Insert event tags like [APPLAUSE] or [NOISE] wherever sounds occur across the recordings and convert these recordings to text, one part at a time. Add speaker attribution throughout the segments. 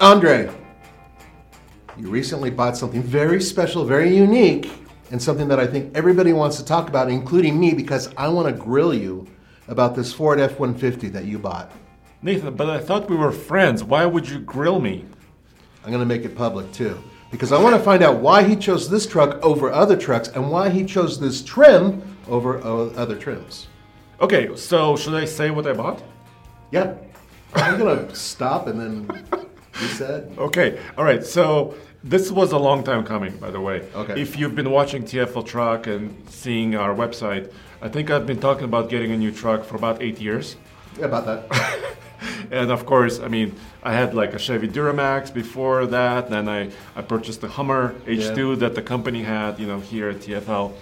Speaker 1: Andre, you recently bought something very special, very unique, and something that I think everybody wants to talk about, including me, because I want to grill you about this Ford F 150 that you bought.
Speaker 2: Nathan, but I thought we were friends. Why would you grill me?
Speaker 1: I'm going to make it public too, because I want to find out why he chose this truck over other trucks and why he chose this trim over o- other trims.
Speaker 2: Okay, so should I say what I bought?
Speaker 1: Yeah. I'm going to stop and then reset.
Speaker 2: Okay, all right. So this was a long time coming, by the way.
Speaker 1: Okay.
Speaker 2: If you've been watching TFL Truck and seeing our website, I think I've been talking about getting a new truck for about eight years.
Speaker 1: About that.
Speaker 2: And of course, I mean, I had like a Chevy Duramax before that, then I, I purchased the Hummer H2 that the company had, you know, here at TFL.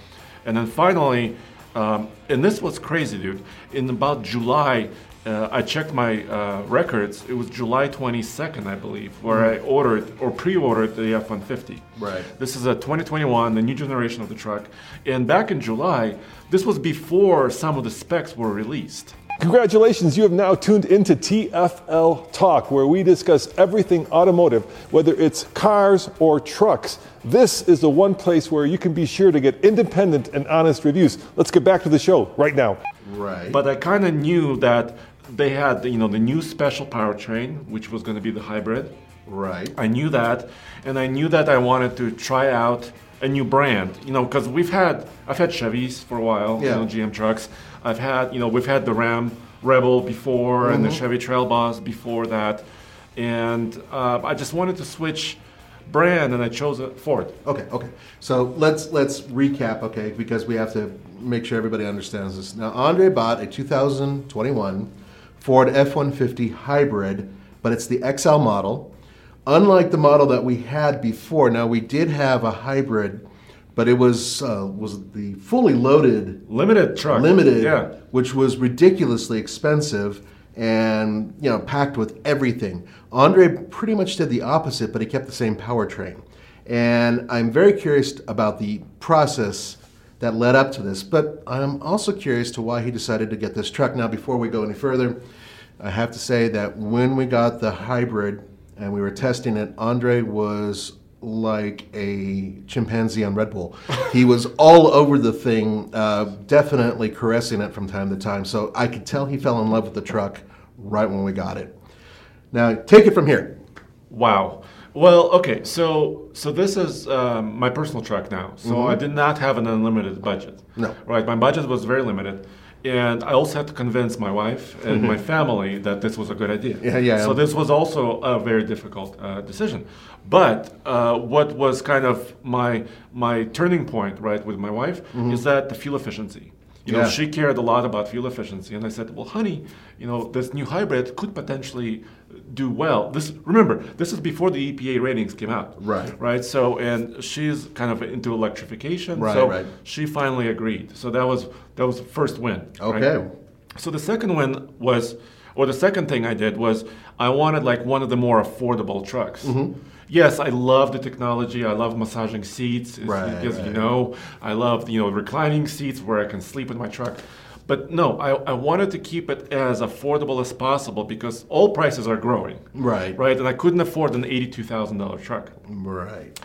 Speaker 2: And then finally, um, and this was crazy, dude. In about July, uh, I checked my uh, records. It was July 22nd, I believe, where I ordered or pre ordered the F 150.
Speaker 1: Right.
Speaker 2: This is a 2021, the new generation of the truck. And back in July, this was before some of the specs were released.
Speaker 3: Congratulations, you have now tuned into TFL Talk, where we discuss everything automotive, whether it's cars or trucks. This is the one place where you can be sure to get independent and honest reviews. Let's get back to the show right now.
Speaker 1: Right.
Speaker 2: But I kind of knew that they had, you know, the new special powertrain, which was going to be the hybrid.
Speaker 1: right.
Speaker 2: I knew that, and I knew that I wanted to try out a new brand, you know, because we've had, I've had Chevys for a while,
Speaker 1: Yeah.
Speaker 2: you know, GM trucks. I've had, you know, we've had the Ram Rebel before and
Speaker 1: Mm-hmm.
Speaker 2: the Chevy Trail Boss before that, and uh, I just wanted to switch brand, and I chose a Ford.
Speaker 1: Okay, okay. So let's let's recap, okay, because we have to make sure everybody understands this. Now, Andre bought a 2021 Ford F150 hybrid, but it's the XL model. Unlike the model that we had before, now we did have a hybrid, but it was uh, was the fully loaded
Speaker 2: Limited truck.
Speaker 1: limited,
Speaker 2: Yeah.
Speaker 1: which was ridiculously expensive and you know packed with everything. Andre pretty much did the opposite, but he kept the same powertrain. And I'm very curious about the process that led up to this, but I'm also curious to why he decided to get this truck. Now, before we go any further, I have to say that when we got the hybrid and we were testing it, Andre was like a chimpanzee on Red Bull. he was all over the thing, uh, definitely caressing it from time to time. So I could tell he fell in love with the truck right when we got it. Now, take it from here.
Speaker 2: Wow. Well, okay. So, so this is um, my personal truck now. So I did not have an unlimited budget.
Speaker 1: Mm-hmm. No.
Speaker 2: Right. My budget was very limited, and I also had to convince my wife and my family that this was a good idea.
Speaker 1: Mm-hmm. Yeah, yeah.
Speaker 2: So this was also a very difficult uh, decision. But uh, what was kind of my my turning point, right, with my wife, is that the fuel efficiency. You know,
Speaker 1: Mm-hmm. Yeah.
Speaker 2: she cared a lot about fuel efficiency, and I said, "Well, honey, you know, this new hybrid could potentially do well." This remember, this is before the EPA ratings came out,
Speaker 1: Right.
Speaker 2: Right. So, and she's kind of into electrification,
Speaker 1: Right,
Speaker 2: so
Speaker 1: right.
Speaker 2: she finally agreed. So that was that was first win. right?
Speaker 1: Okay.
Speaker 2: So the second one was, or the second thing I did was, I wanted like one of the more affordable trucks.
Speaker 1: Mm-hmm.
Speaker 2: Yes, I love the technology. I love massaging seats, as,
Speaker 1: Right,
Speaker 2: as you
Speaker 1: right.
Speaker 2: know. I love you know reclining seats where I can sleep in my truck. But no, I, I wanted to keep it as affordable as possible because all prices are growing.
Speaker 1: Right.
Speaker 2: Right. And I couldn't afford an eighty-two thousand dollar truck.
Speaker 1: Right.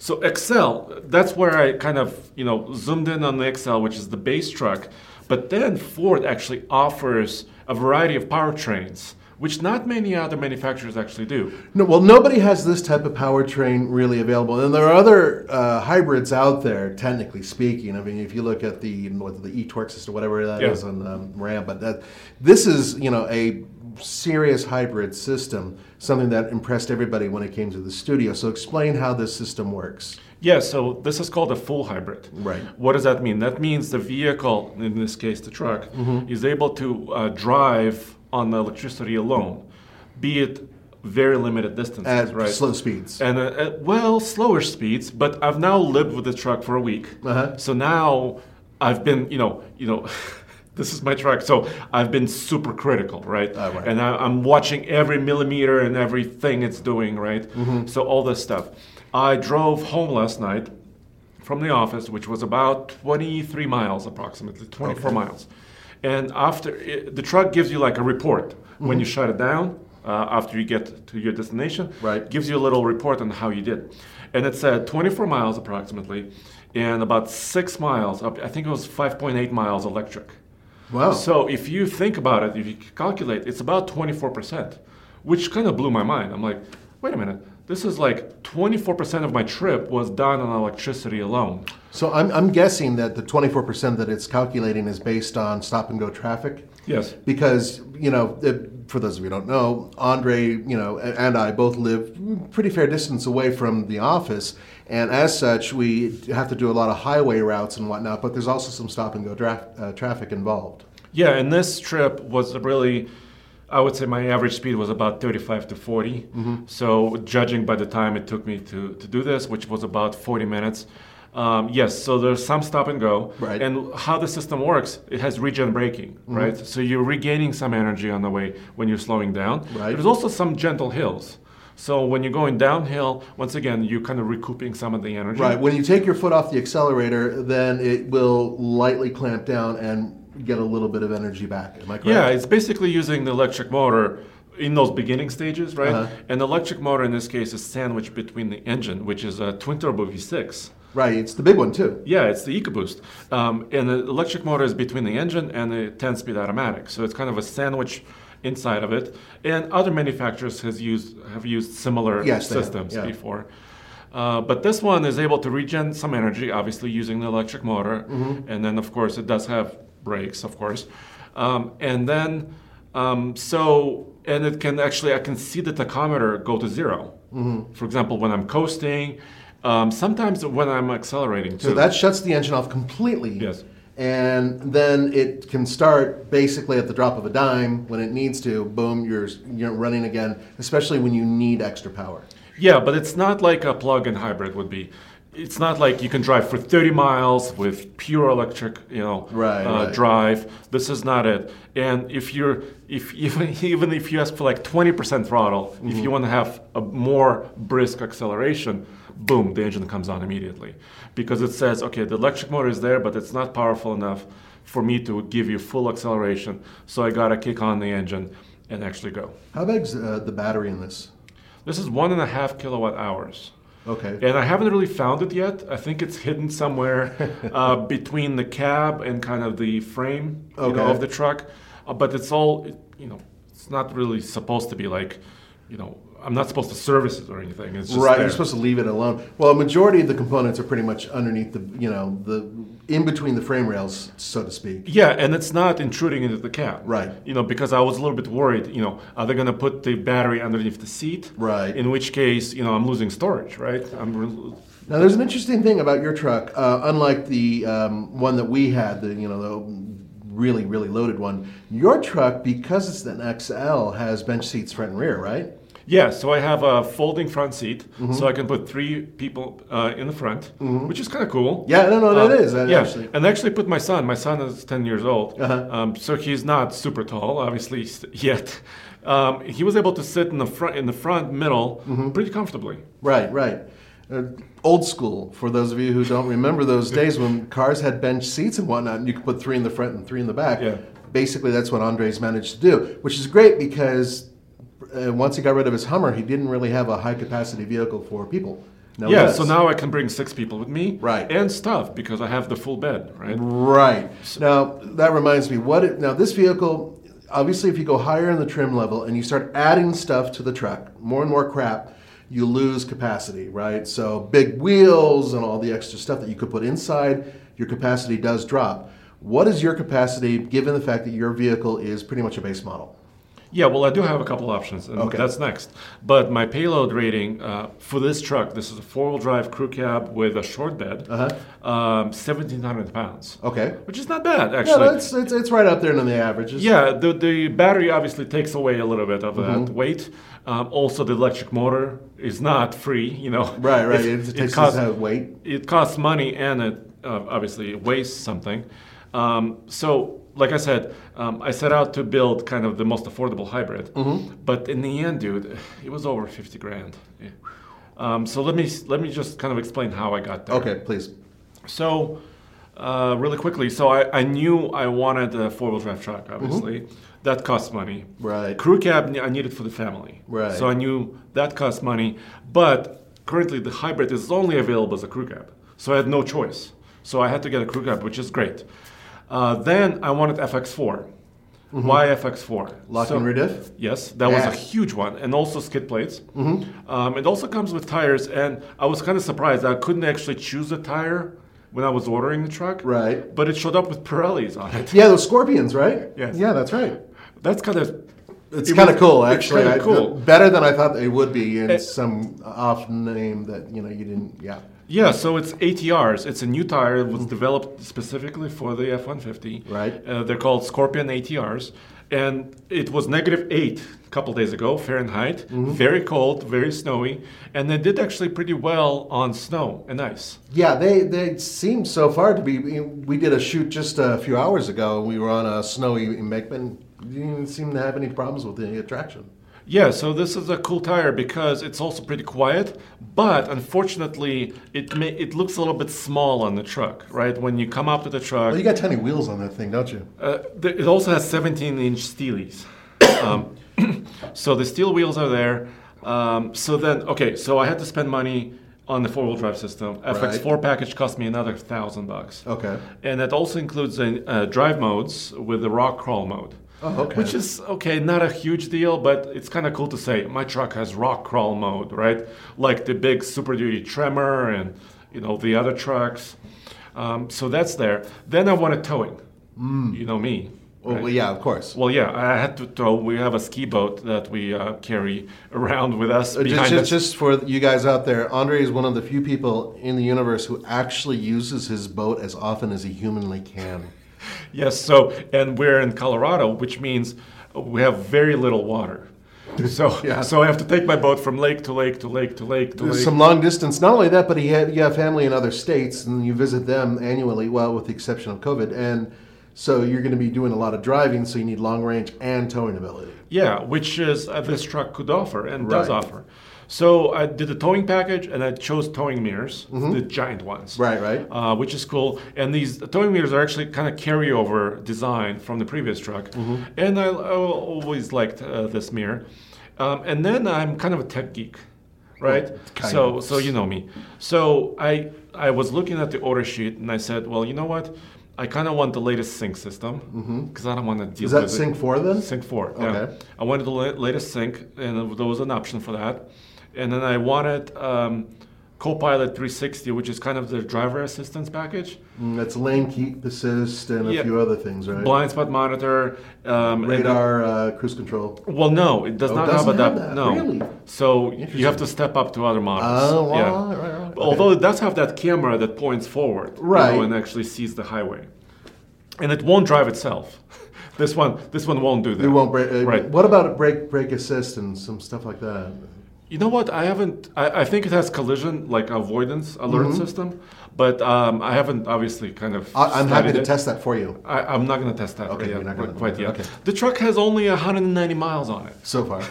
Speaker 2: So Excel, that's where I kind of you know zoomed in on the Excel, which is the base truck. But then Ford actually offers a variety of powertrains, which not many other manufacturers actually do.
Speaker 1: No, well, nobody has this type of powertrain really available, and there are other uh, hybrids out there. Technically speaking, I mean, if you look at the what, the e-torque system, whatever that is
Speaker 2: Yeah.
Speaker 1: on um, Ram, but that this is you know a serious hybrid system, something that impressed everybody when it came to the studio. So explain how this system works.
Speaker 2: Yeah, so this is called a full hybrid.
Speaker 1: Right.
Speaker 2: What does that mean? That means the vehicle, in this case the truck,
Speaker 1: Mm-hmm.
Speaker 2: is able to uh, drive on electricity alone, be it very limited distances,
Speaker 1: At
Speaker 2: right?
Speaker 1: slow speeds.
Speaker 2: and uh, uh, well, slower speeds. But I've now lived with the truck for a week,
Speaker 1: Uh-huh.
Speaker 2: so now I've been, you know, you know, [LAUGHS] this is my truck. So I've been super critical, right?
Speaker 1: Ah, right.
Speaker 2: And I, I'm watching every millimeter and everything it's doing, right? So all this stuff. I drove home last night from the office, which was about 23 miles approximately, 24 miles. And after it, the truck gives you like a report when you shut it down. Uh, after you get to your destination,
Speaker 1: Right.
Speaker 2: gives you a little report on how you did, and it said 24 miles approximately, and about six miles. up- I think it was 5.8 miles electric.
Speaker 1: Wow.
Speaker 2: So if you think about it, if you calculate, it's about 24%, which kind of blew my mind. I'm like, wait a minute, this is like 24% of my trip was done on electricity alone.
Speaker 1: So I'm, I'm guessing that the 24% that it's calculating is based on stop and go traffic.
Speaker 2: Yes.
Speaker 1: Because, you know, it, for those of you who don't know, Andre, you know, a- and I both live pretty fair distance away from the office. And as such, we have to do a lot of highway routes and whatnot, but there's also some stop and go dra- uh, traffic involved.
Speaker 2: Yeah, and this trip was really, I would say my average speed was about 35 to 40.
Speaker 1: Mm-hmm.
Speaker 2: So, judging by the time it took me to, to do this, which was about 40 minutes. Um, yes, so there's some stop and go.
Speaker 1: Right. Mm-hmm.
Speaker 2: And how the system works, it has regen braking, right? So you're regaining some energy on the way when you're slowing down.
Speaker 1: Right.
Speaker 2: There's also some gentle hills. So when you're going downhill, once again, you're kind of recouping some of the energy.
Speaker 1: Right. When you take your foot off the accelerator, then it will lightly clamp down and get a little bit of energy back. Am I correct?
Speaker 2: Yeah, it's basically using the electric motor in those beginning stages, right?
Speaker 1: Uh-huh.
Speaker 2: And the electric motor in this case is sandwiched between the engine, which is a twin turbo V6.
Speaker 1: Right. It's the big one, too.
Speaker 2: Yeah, it's the EcoBoost. Um, and the electric motor is between the engine and the 10 speed automatic. So it's kind of a sandwich inside of it. And other manufacturers has used, have used similar
Speaker 1: Yes, they have,
Speaker 2: systems
Speaker 1: yeah.
Speaker 2: before. Uh, but this one is able to regen some energy, obviously using the electric motor.
Speaker 1: Mm-hmm.
Speaker 2: And then, of course, it does have brakes, of course. Um, and then, um, so, and it can actually, I can see the tachometer go to 0
Speaker 1: Mm-hmm.
Speaker 2: For example, when I'm coasting, um, sometimes when I'm accelerating too.
Speaker 1: So that shuts the engine off completely.
Speaker 2: Yes.
Speaker 1: And then it can start basically at the drop of a dime when it needs to. Boom, you're you're running again, especially when you need extra power.
Speaker 2: Yeah, but it's not like a plug-in hybrid would be. It's not like you can drive for 30 miles with pure electric, you know,
Speaker 1: Right,
Speaker 2: uh,
Speaker 1: right.
Speaker 2: drive. This is not it. And if you're, if [LAUGHS] even even if you ask for like 20% throttle, if
Speaker 1: Mm-hmm.
Speaker 2: you want to have a more brisk acceleration, boom, the engine comes on immediately, because it says, okay, the electric motor is there, but it's not powerful enough for me to give you full acceleration. So I gotta kick on the engine and actually go.
Speaker 1: How big's uh, the battery in this?
Speaker 2: This is one and a half kilowatt hours.
Speaker 1: Okay.
Speaker 2: And I haven't really found it yet. I think it's hidden somewhere
Speaker 1: [LAUGHS]
Speaker 2: uh, between the cab and kind of the frame you know,
Speaker 1: Okay.
Speaker 2: of the truck. Uh, but it's all, it- you know, it's not really supposed to be like, you know, I'm not supposed to service it or anything. It's just
Speaker 1: right,
Speaker 2: there.
Speaker 1: you're supposed to leave it alone. Well, a majority of the components are pretty much underneath the, you know, the in between the frame rails, so to speak.
Speaker 2: Yeah, and it's not intruding into the cab.
Speaker 1: Right.
Speaker 2: You know, because I was a little bit worried, you know, are they going to put the battery underneath the seat?
Speaker 1: Right.
Speaker 2: In which case, you know, I'm losing storage, right? I'm re-
Speaker 1: Now, there's an interesting thing about your truck. Uh, unlike the um, one that we had, the you know the really really loaded one, your truck because it's an XL has bench seats front and rear, right?
Speaker 2: Yeah, so I have a folding front seat,
Speaker 1: Mm-hmm.
Speaker 2: so I can put three people uh, in the front, which is kind of cool.
Speaker 1: Yeah, no, no, that is, that
Speaker 2: Uh, yeah,
Speaker 1: actually-
Speaker 2: and I actually put my son. My son is ten years old,
Speaker 1: Uh-huh.
Speaker 2: um, so he's not super tall, obviously s- [LAUGHS] yet. Um, he was able to sit in the front in the front middle
Speaker 1: Mm-hmm.
Speaker 2: pretty comfortably.
Speaker 1: Right, right. Uh, old school for those of you who don't remember
Speaker 2: [LAUGHS]
Speaker 1: those days when cars had bench seats and whatnot, and you could put three in the front and three in the back.
Speaker 2: Yeah.
Speaker 1: Basically, that's what Andres managed to do, which is great because uh, once he got rid of his Hummer, he didn't really have a high capacity vehicle for people. Now he
Speaker 2: yeah,
Speaker 1: does.
Speaker 2: so now I can bring six people with me,
Speaker 1: Right. Mm-hmm.
Speaker 2: and stuff because I have the full bed, right?
Speaker 1: Right. Now, that reminds me, what it, now this vehicle, obviously, if you go higher in the trim level and you start adding stuff to the truck, more and more crap, you lose capacity, right? So, big wheels and all the extra stuff that you could put inside, your capacity does drop. What is your capacity given the fact that your vehicle is pretty much a base model?
Speaker 2: Yeah, well, I do have a couple options, and that's next. But my payload rating uh, for this truck, this is a four-wheel drive crew cab with a short bed, uh-huh. um, 1,700 pounds.
Speaker 1: Okay.
Speaker 2: Which is not bad,
Speaker 1: Yeah,
Speaker 2: actually.
Speaker 1: that's it's, it's right up there in the averages.
Speaker 2: Yeah, the, the battery obviously takes away a little bit of
Speaker 1: Mm-hmm.
Speaker 2: that weight. Um, also, the electric motor is not free, you know.
Speaker 1: Right, right.
Speaker 2: It's-
Speaker 1: It, takes
Speaker 2: costs-
Speaker 1: that weight.
Speaker 2: It costs money and it uh, obviously it wastes something. Um, so, like I said, um, I set out to build kind of the most affordable hybrid.
Speaker 1: Mm-hmm.
Speaker 2: But in the end, dude, it was over 50 grand. Yeah. Um, so let me s- let me just kind of explain how I got there.
Speaker 1: Okay, please.
Speaker 2: So, uh, really quickly, so I, I knew I wanted a four wheel drive truck, obviously. That costs money.
Speaker 1: Mm-hmm. Right.
Speaker 2: Crew cab, I needed for the family.
Speaker 1: Right.
Speaker 2: So I knew that costs money. But currently, the hybrid is only available as a crew cab. So I had no choice. So I had to get a crew cab, which is great. Uh, then I wanted FX4. Why FX4?
Speaker 1: Mm-hmm. Lock
Speaker 2: So-
Speaker 1: and rediff.
Speaker 2: Yes, that
Speaker 1: Yeah. Mm-hmm.
Speaker 2: was a huge one, and also skid plates. Um, it also comes with tires, and I was kind of surprised I couldn't actually choose a tire when I was ordering the truck.
Speaker 1: Right.
Speaker 2: But it showed up with Pirellis on it. [LAUGHS]
Speaker 1: Yeah, those scorpions, right?
Speaker 2: Yes.
Speaker 1: Yeah, that's right.
Speaker 2: That's kind of.
Speaker 1: It's
Speaker 2: it
Speaker 1: kind of
Speaker 2: was-
Speaker 1: cool,
Speaker 2: it's
Speaker 1: actually.
Speaker 2: kinda
Speaker 1: I-
Speaker 2: cool. Eh.
Speaker 1: better than I thought they would be in some off name that you know you didn't. Yeah.
Speaker 2: Yeah, so it's ATRs. It's a new tire that was developed specifically for the F 150.
Speaker 1: Mm-hmm. Right.
Speaker 2: Uh, they're called Scorpion ATRs. And it was negative eight a couple days ago, Fahrenheit.
Speaker 1: Mm-hmm.
Speaker 2: Very cold, very snowy. And they did actually pretty well on snow and ice.
Speaker 1: Yeah, they they seem so far to be. We did a shoot just a few hours ago, and we were on a snowy embankment. Didn't even seem to have any problems with the attraction.
Speaker 2: Yeah, so this is a cool tire because it's also pretty quiet, but unfortunately, it may, it looks a little bit small on the truck, right? When you come up to the truck,
Speaker 1: Well, you got tiny wheels on that thing, don't you?
Speaker 2: uh, th- it also has 17-inch steelies. Um, [COUGHS] so the steel wheels are there. Um, so then, okay, so I had to spend money on the four-wheel drive system. FX4 package cost me another thousand bucks.
Speaker 1: Okay.
Speaker 2: And that also includes a, uh, drive modes with the rock crawl mode.
Speaker 1: Oh, okay.
Speaker 2: Which is okay, not a huge deal, but it's kind of cool to say my truck has rock crawl mode, right? Like the big Super Duty Tremor and you know the other trucks. Um, so that's there. Then I wanted towing.
Speaker 1: Mm.
Speaker 2: You know me.
Speaker 1: Well,
Speaker 2: right?
Speaker 1: well, yeah, of course.
Speaker 2: Well, yeah, I had to tow. We have a ski boat that we uh, carry around with us
Speaker 1: Uh,
Speaker 2: behind
Speaker 1: Just, just,
Speaker 2: us.
Speaker 1: just for you guys out there, Andre is one of the few people in the universe who actually uses his boat as often as he humanly can.
Speaker 2: Yes, so, and we're in Colorado, which means we have very little water. So,
Speaker 1: Yeah.
Speaker 2: so I have to take my boat from lake to lake to lake to lake to lake.
Speaker 1: Some long distance. Not only that, but he had, you have family in other states, and you visit them annually. Well, with the exception of COVID, and so you're going to be doing a lot of driving. So you need long range and towing ability.
Speaker 2: yeah, which is uh, this truck could offer and does
Speaker 1: Right.
Speaker 2: offer. So I did the towing package, and I chose towing mirrors, the giant ones.
Speaker 1: Mm-hmm. Right, right.
Speaker 2: uh, which is cool. And these towing mirrors are actually kind of carryover design from the previous truck.
Speaker 1: Mm-hmm.
Speaker 2: And I, I always liked uh, this mirror. Um, and then I'm kind of a tech geek, right?
Speaker 1: kind
Speaker 2: so
Speaker 1: of.
Speaker 2: so you know me. So I I was looking at the order sheet and I said, well, you know what? I kind of want the latest sync system because I don't want to deal
Speaker 1: Mm-hmm. Is that
Speaker 2: with
Speaker 1: Sync
Speaker 2: it.
Speaker 1: 4 then?
Speaker 2: Sync 4.
Speaker 1: Okay.
Speaker 2: Yeah. I wanted the la- latest sync, and there was an option for that. And then I wanted um, Copilot 360, which is kind of the driver assistance package.
Speaker 1: Mm, That's lane keep assist and a
Speaker 2: Yeah.
Speaker 1: few other things, right?
Speaker 2: Blind spot monitor. Um, and-
Speaker 1: Radar, uh, cruise control.
Speaker 2: well, no, it does
Speaker 1: Oh, it
Speaker 2: not
Speaker 1: doesn't
Speaker 2: have,
Speaker 1: have
Speaker 2: adapt-
Speaker 1: that,
Speaker 2: No.
Speaker 1: really?
Speaker 2: So you have to step up to other models.
Speaker 1: Oh,
Speaker 2: yeah.
Speaker 1: right, right, right, okay.
Speaker 2: Although it does have that camera that points forward, you know,
Speaker 1: Right.
Speaker 2: and actually sees the highway, and it won't drive itself. [LAUGHS] this one, this one won't do that.
Speaker 1: It won't break. Uh,
Speaker 2: right.
Speaker 1: What about brake brake assist and some stuff like that?
Speaker 2: You know what? I haven't. I, I think it has collision, like avoidance alert system, but um, I haven't obviously kind of.
Speaker 1: Mm-hmm. I, I'm happy
Speaker 2: studied
Speaker 1: to
Speaker 2: it.
Speaker 1: test that for you.
Speaker 2: I, I'm not going to test that.
Speaker 1: Okay,
Speaker 2: yet,
Speaker 1: you're not gonna-
Speaker 2: quite yet.
Speaker 1: okay.
Speaker 2: The truck has only 190 miles on it.
Speaker 1: So
Speaker 2: [LAUGHS]
Speaker 1: far,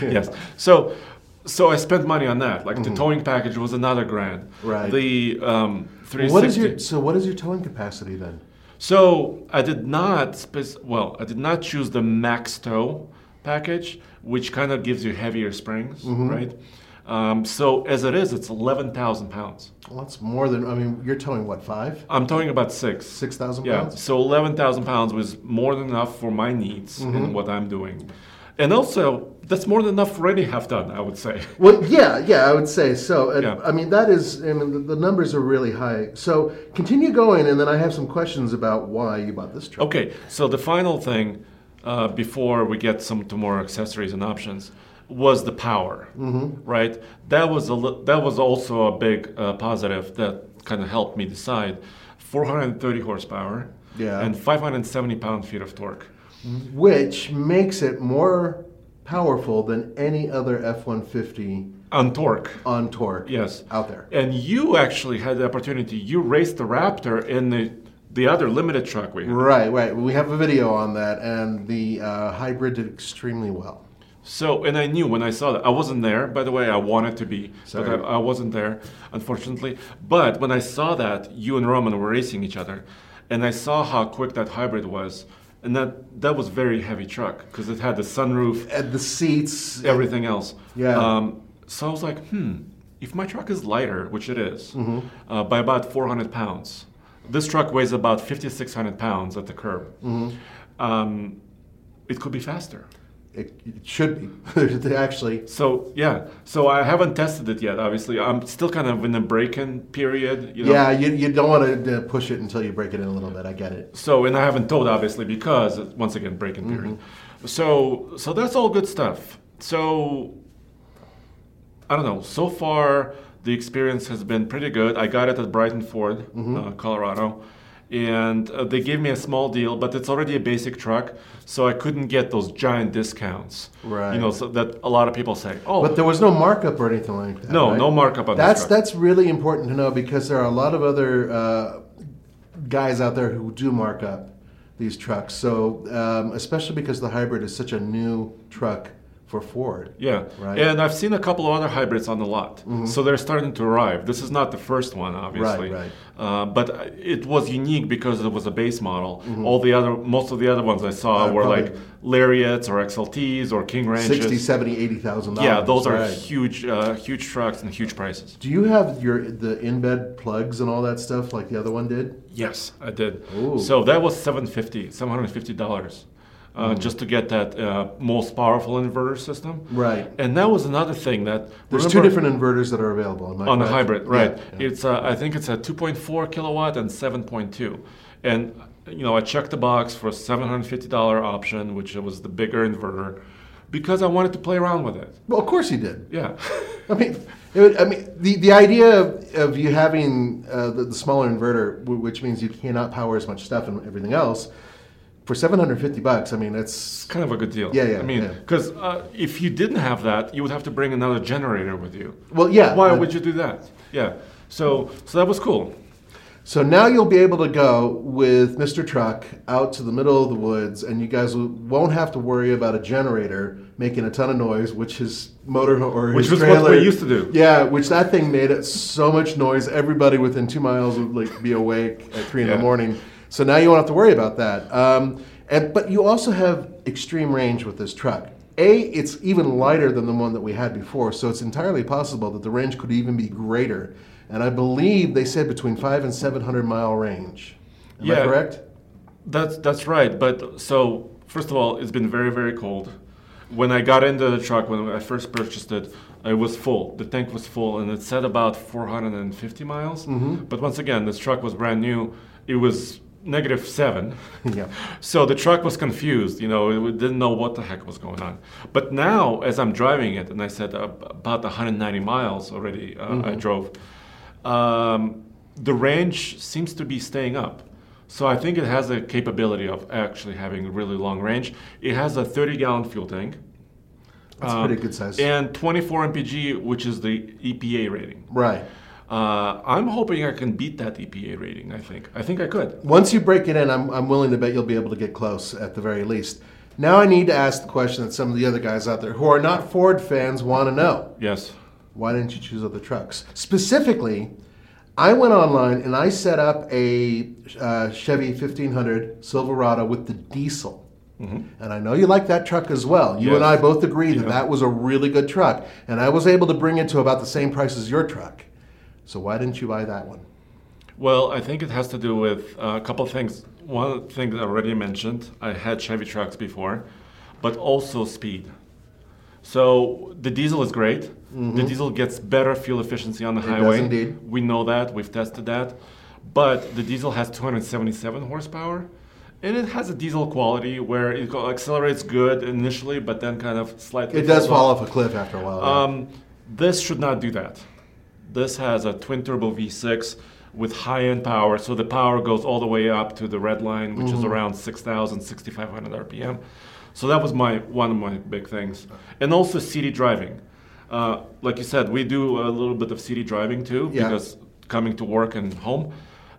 Speaker 2: yes. So, so I spent money on that. Like the towing package was another grand.
Speaker 1: Mm-hmm. Right.
Speaker 2: The um, 360.
Speaker 1: what is your so what is your towing capacity then?
Speaker 2: So I did not spec- well, I did not choose the max tow package, which kind of gives you heavier springs,
Speaker 1: Mm-hmm.
Speaker 2: right? Um, so as it is, it's eleven thousand pounds.
Speaker 1: Well, that's more than I mean. You're towing what five,
Speaker 2: I'm talking about six.
Speaker 1: six thousand
Speaker 2: Yeah.
Speaker 1: pounds?
Speaker 2: So eleven thousand pounds was more than enough for my needs
Speaker 1: Mm-hmm.
Speaker 2: and what I'm doing, and also that's more than enough already have done. I would say. [LAUGHS]
Speaker 1: Well, yeah, yeah, I would say so. And,
Speaker 2: Yeah.
Speaker 1: I mean, that is, I mean, the, the numbers are really high. So continue going, and then I have some questions about why you bought this truck.
Speaker 2: Okay, so the final thing uh, before we get some to more accessories and options was the power, right? That was a li- that was also a big uh, positive that kind of helped me decide. 430 horsepower
Speaker 1: Yeah.
Speaker 2: and 570 pound-feet of torque.
Speaker 1: which makes it more powerful than any other F-150
Speaker 2: On torque,
Speaker 1: on torque
Speaker 2: yes.
Speaker 1: out there.
Speaker 2: And you actually had the opportunity. You raced the Raptor in the the other limited truck we had.
Speaker 1: Right, right. We have a video on that, and the uh, hybrid did extremely well.
Speaker 2: So, and I knew when I saw that. I wasn't there, by the way, I wanted to be,
Speaker 1: Sorry.
Speaker 2: but I, I wasn't there, unfortunately. But when I saw that, you and Roman were racing each other, and I saw how quick that hybrid was, and that, that was very heavy truck, because it had the sunroof,
Speaker 1: And the seats,
Speaker 2: everything else.
Speaker 1: Yeah.
Speaker 2: Um, so I was like, hmm, if my truck is lighter, which it is,
Speaker 1: Mm-hmm.
Speaker 2: uh, by about 400 pounds, this truck weighs about 5,600 pounds at the curb,
Speaker 1: Mm-hmm.
Speaker 2: um, it could be faster.
Speaker 1: it, it should be [LAUGHS] actually.
Speaker 2: So yeah, so I haven't tested it yet. Obviously, I'm still kind of in the break-in period. You know?
Speaker 1: Yeah, you, you don't want to push it until you break it in a little bit. I get it.
Speaker 2: So and I haven't towed obviously because it's, once again break-in
Speaker 1: Mm-hmm.
Speaker 2: period. So so that's all good stuff. So I don't know. So far the experience has been pretty good. I got it at Brighton Ford,
Speaker 1: Mm-hmm.
Speaker 2: uh, Colorado. And uh, they gave me a small deal, but it's already a basic truck, so I couldn't get those giant discounts.
Speaker 1: Right.
Speaker 2: You know, so that a lot of people say, "Oh,
Speaker 1: But there was no markup or anything like that.
Speaker 2: No,
Speaker 1: right?
Speaker 2: no markup on this
Speaker 1: that's
Speaker 2: truck.
Speaker 1: that's really important to know because there are a lot of other uh, guys out there who do mark up these trucks. So um, especially because the hybrid is such a new truck for Ford.
Speaker 2: Yeah,
Speaker 1: Right. Mm-hmm.
Speaker 2: and I've seen a couple of other hybrids on the lot, so they're starting to arrive. This is not the first one, obviously,
Speaker 1: right.
Speaker 2: Uh, but I- it was unique because it was a base model. All the other, most of the other ones I saw
Speaker 1: Uh,
Speaker 2: were
Speaker 1: Mm-hmm. probably-
Speaker 2: like lariats or XLTs or King Ranches.
Speaker 1: Sixty, seventy, eighty thousand dollars.
Speaker 2: yeah, those are
Speaker 1: right.
Speaker 2: huge, uh, huge trucks and huge prices.
Speaker 1: Do you have your the in bed plugs and all that stuff like the other one did?
Speaker 2: Yes, I did.
Speaker 1: Ooh.
Speaker 2: So that was 750 750 dollars. Uh,
Speaker 1: Mm-hmm.
Speaker 2: Just to get that uh, most powerful inverter system,
Speaker 1: Right.
Speaker 2: And that was another thing that
Speaker 1: There's two
Speaker 2: remember-
Speaker 1: different inverters that are available. Am I
Speaker 2: on the
Speaker 1: correct?
Speaker 2: hybrid, right?
Speaker 1: Yeah, yeah.
Speaker 2: It's uh, I think it's a 2.4 kilowatt and 7.2, and you know I checked the box for $750 option, which was the bigger inverter, because I wanted to play around with it.
Speaker 1: Well, of course you did.
Speaker 2: Yeah, [LAUGHS]
Speaker 1: I mean, it would, I mean, the, the idea of, of you having uh, the, the smaller inverter, w- which means you cannot power as much stuff and everything else, for seven hundred fifty bucks. I mean, it's
Speaker 2: it's kind of a good deal.
Speaker 1: Yeah, yeah,
Speaker 2: I mean,
Speaker 1: yeah.
Speaker 2: because uh, if you didn't have that, you would have to bring another generator with you.
Speaker 1: well, yeah.
Speaker 2: Why
Speaker 1: but-
Speaker 2: would you do that? Yeah. So so that was cool.
Speaker 1: So now you'll be able to go with Mr. Truck out to the middle of the woods, and you guys w- won't have to worry about a generator making a ton of noise, which his motor or
Speaker 2: Which
Speaker 1: his
Speaker 2: was what
Speaker 1: trailer
Speaker 2: we used to do.
Speaker 1: Yeah, which that thing made it so much noise, everybody within two miles would like be awake at three in the
Speaker 2: Yeah.
Speaker 1: morning. So now you won't have to worry about that. Um, and but you also have extreme range with this truck. A, it's even lighter than the one that we had before, so it's entirely possible that the range could even be greater. And I believe they said between five and seven hundred mile range. Am I
Speaker 2: Yeah.
Speaker 1: correct?
Speaker 2: That's that's right. But so first of all, it's been very very cold. When I got into the truck when I first purchased it, it was full. The tank was full, and it said about 450 miles. But once again, this truck was brand new. It was negative seven.
Speaker 1: Yeah.
Speaker 2: So the truck was confused, you know, it didn't know what the heck was going on. But now, as I'm driving it, and I said uh, about 190 miles already, uh, I drove. Um, the range seems to be staying up, so I think it has a capability of actually having a really long range. It has a 30-gallon fuel tank
Speaker 1: That's a pretty good size.
Speaker 2: Um, and 24 mpg, which is the EPA rating.
Speaker 1: right.
Speaker 2: Uh, I'm hoping I can beat that EPA rating. I think. I think I could.
Speaker 1: Once you break it in, I'm, I'm willing to bet you'll be able to get close at the very least. Now I need to ask the question that some of the other guys out there who are not Ford fans want to know.
Speaker 2: Yes.
Speaker 1: Why didn't you choose other trucks? Specifically, I went online and I set up a uh, Chevy 1500 Silverado with the diesel. And I know you like that truck as well. You and I
Speaker 2: Yes.
Speaker 1: both agree that that was a really good truck. And I was able to bring it to about the same price as your truck. So why didn't you buy that one?
Speaker 2: Well, I think it has to do with uh, a couple of things. One thing that I already mentioned, I had Chevy trucks before, but also speed. So the diesel is great. The diesel gets better fuel efficiency on the highway.
Speaker 1: Mm-hmm. indeed.
Speaker 2: We know that. We've tested that. But the diesel has 277 horsepower, And it has a diesel quality where it go- accelerates good initially, but then kind of slightly.
Speaker 1: It does
Speaker 2: falls
Speaker 1: fall Uh, off a cliff after a while. yeah.
Speaker 2: Um, this should not do that. This has a twin turbo V6 with high end power, so the power goes all the way up to the red line, which
Speaker 1: Mm-hmm.
Speaker 2: is around 6,000, 6,500 RPM. So that was my one of my big things, and also city driving. Uh, like you said, we do a little bit of city driving too
Speaker 1: Yeah.
Speaker 2: because coming to work and home.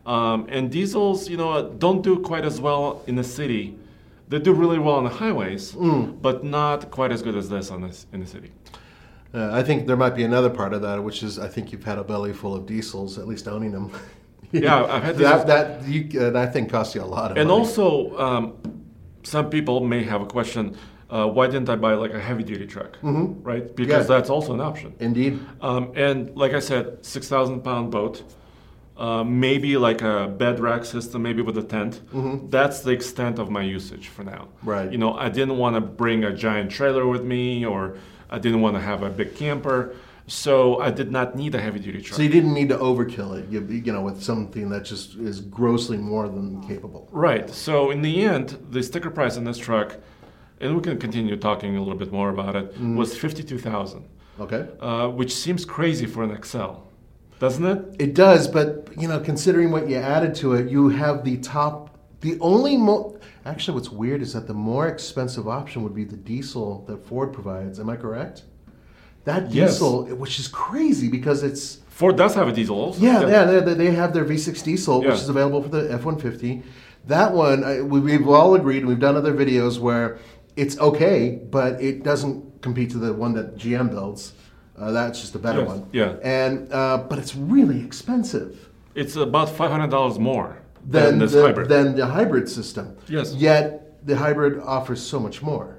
Speaker 2: Um, and diesels, you know, don't do quite as well in the city. They do really well on the highways,
Speaker 1: Mm.
Speaker 2: but not quite as good as this on this in the city.
Speaker 1: Uh, I think there might be another part of that, which is I think you've had a belly full of diesels, at least owning them.
Speaker 2: [LAUGHS] Yeah, I've
Speaker 1: that.
Speaker 2: had diesels.
Speaker 1: That you, uh, that thing costs you a lot of
Speaker 2: And
Speaker 1: money.
Speaker 2: also, um, some people may have a question: uh, Why didn't I buy like a heavy-duty truck? Right? Because
Speaker 1: Mm-hmm. Yeah.
Speaker 2: that's also an option.
Speaker 1: indeed,
Speaker 2: Um, and like I said, six thousand pound boat, uh, maybe like a bed rack system, maybe with a tent. That's the extent of my usage for now.
Speaker 1: Mm-hmm. Right.
Speaker 2: You know, I didn't want to bring a giant trailer with me, or I didn't want to have a big camper. So I did not need a heavy-duty truck.
Speaker 1: so you didn't need to overkill it. You, you know, with something that just is grossly more than capable.
Speaker 2: Right. So in the end, the sticker price on this truck, and we can continue talking a little bit more about it,
Speaker 1: Mm-hmm.
Speaker 2: was fifty-two thousand,
Speaker 1: Okay,
Speaker 2: uh, which seems crazy for an Excel, doesn't it?
Speaker 1: it does, but you know, considering what you added to it, you have the top. The only mo- actually, what's weird is that the more expensive option would be the diesel that Ford provides. Am I correct? That
Speaker 2: Yes.
Speaker 1: diesel, which is crazy because it's
Speaker 2: Ford does have a diesel also.
Speaker 1: Yeah, yeah, they- they, they have their V6 diesel,
Speaker 2: Yeah.
Speaker 1: which is available for the F-150. That one, I, we, we've all agreed, and we've done other videos where it's okay, but it doesn't compete to the one that GM builds. Uh, that's just a better
Speaker 2: Yes,
Speaker 1: one.
Speaker 2: yeah.
Speaker 1: And uh, but it's really expensive
Speaker 2: It's about five hundred dollars more than,
Speaker 1: than
Speaker 2: this
Speaker 1: the,
Speaker 2: hybrid,
Speaker 1: than the hybrid system.
Speaker 2: Yes.
Speaker 1: Yet the hybrid offers so much more.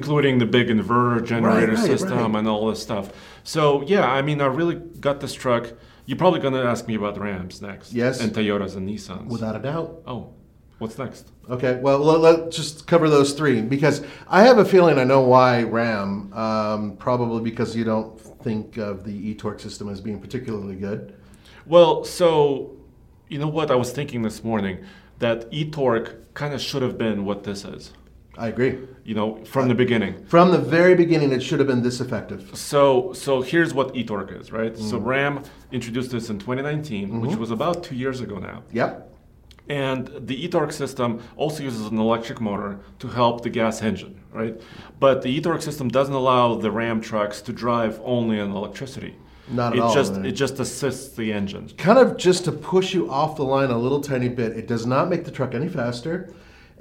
Speaker 2: including the big inverter generator
Speaker 1: Right, right,
Speaker 2: system
Speaker 1: right.
Speaker 2: and all this stuff. So yeah, I mean, I really got this truck. You're probably gonna ask me about Rams next.
Speaker 1: Yes.
Speaker 2: And Toyotas and Nissans.
Speaker 1: Without a doubt.
Speaker 2: oh, what's next?
Speaker 1: Okay, well, let, let's just cover those three because I have a feeling I know why RAM. Um, probably because you don't think of the eTorque system as being particularly good.
Speaker 2: Well, so you know what I was thinking this morning that eTorque kind of should have been what this is,
Speaker 1: I agree.
Speaker 2: you know, from the beginning.
Speaker 1: From the very beginning, it should have been this effective.
Speaker 2: So, so here's what eTorque is, right? So
Speaker 1: Mm-hmm.
Speaker 2: RAM introduced this in 2019, which was about two years ago now.
Speaker 1: Yep.
Speaker 2: And the eTorque system also uses an electric motor to help the gas engine, right? But the eTorque system doesn't allow the RAM trucks to drive only on electricity.
Speaker 1: Not at
Speaker 2: it
Speaker 1: all,
Speaker 2: Just,
Speaker 1: man.
Speaker 2: it just assists the engine.
Speaker 1: Kind of just to push you off the line a little tiny bit. It does not make the truck any faster,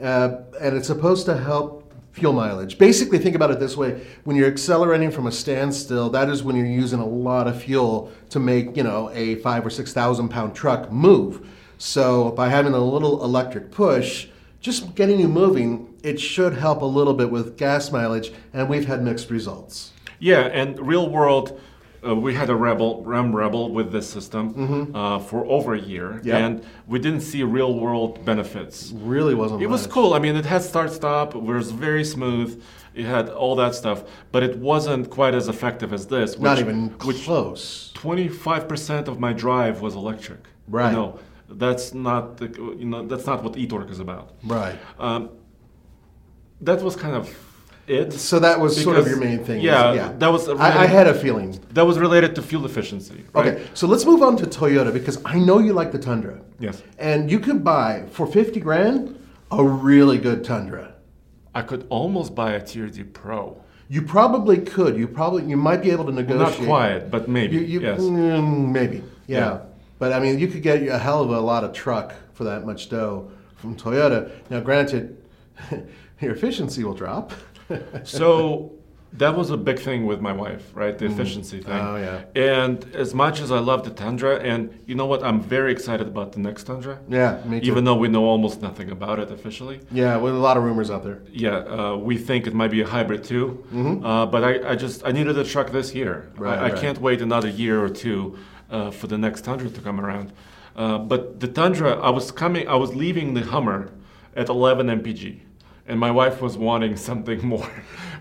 Speaker 1: uh, and it's supposed to help fuel mileage. Basically, think about it this way: when you're accelerating from a standstill, that is when you're using a lot of fuel to make you know a five or six thousand pound truck move. So by having a little electric push, just getting you moving, it should help a little bit with gas mileage, and we've had mixed results.
Speaker 2: Yeah, and real world, uh, we had a rebel RAM rebel with this system uh, for over a year,
Speaker 1: Mm-hmm. Yeah. Mm-hmm.
Speaker 2: and we didn't see real world benefits.
Speaker 1: Really wasn't.
Speaker 2: It was
Speaker 1: much.
Speaker 2: cool. I mean, it had start stop. It was very smooth. It had all that stuff, but it wasn't quite as effective as this. Which,
Speaker 1: Not even
Speaker 2: Which
Speaker 1: close.
Speaker 2: twenty-five percent of my drive was electric.
Speaker 1: Right.
Speaker 2: You know, that's not the, you know that's not what eTorque is about.
Speaker 1: Right.
Speaker 2: Um, that was kind of it.
Speaker 1: So that was sort of
Speaker 2: Because-
Speaker 1: your main thing. is-
Speaker 2: Yeah, that was.
Speaker 1: I, I had a feeling.
Speaker 2: That was related to fuel efficiency, right?
Speaker 1: Okay, so let's move on to Toyota because I know you like the Tundra.
Speaker 2: Yes.
Speaker 1: And you could buy for fifty grand a really good Tundra.
Speaker 2: I could almost buy a TRD Pro.
Speaker 1: You probably could. You probably you might be able to
Speaker 2: Not
Speaker 1: negotiate.
Speaker 2: quiet, but maybe.
Speaker 1: You, you,
Speaker 2: yes.
Speaker 1: mm, maybe. Yeah.
Speaker 2: Yeah.
Speaker 1: But I mean, you could get a hell of a lot of truck for that much dough from Toyota. Now, granted, [LAUGHS] your efficiency will drop. [LAUGHS]
Speaker 2: so that was a big thing with my wife, right? The efficiency thing.
Speaker 1: Oh, yeah.
Speaker 2: And as much as I love the Tundra, and you know what? I'm very excited about the next Tundra.
Speaker 1: yeah, me too.
Speaker 2: Even though we know almost nothing about it officially.
Speaker 1: yeah, with a lot of rumors out there.
Speaker 2: Yeah, uh, we think it might be a hybrid too. Uh, but I, I just I needed a truck this year.
Speaker 1: Mm-hmm. Right,
Speaker 2: I, I
Speaker 1: right.
Speaker 2: can't wait another year or two uh, for the next Tundra to come around. Uh, but the Tundra, I was coming, I was leaving the Hummer at 11 mpg, and my wife was wanting [LAUGHS] something more,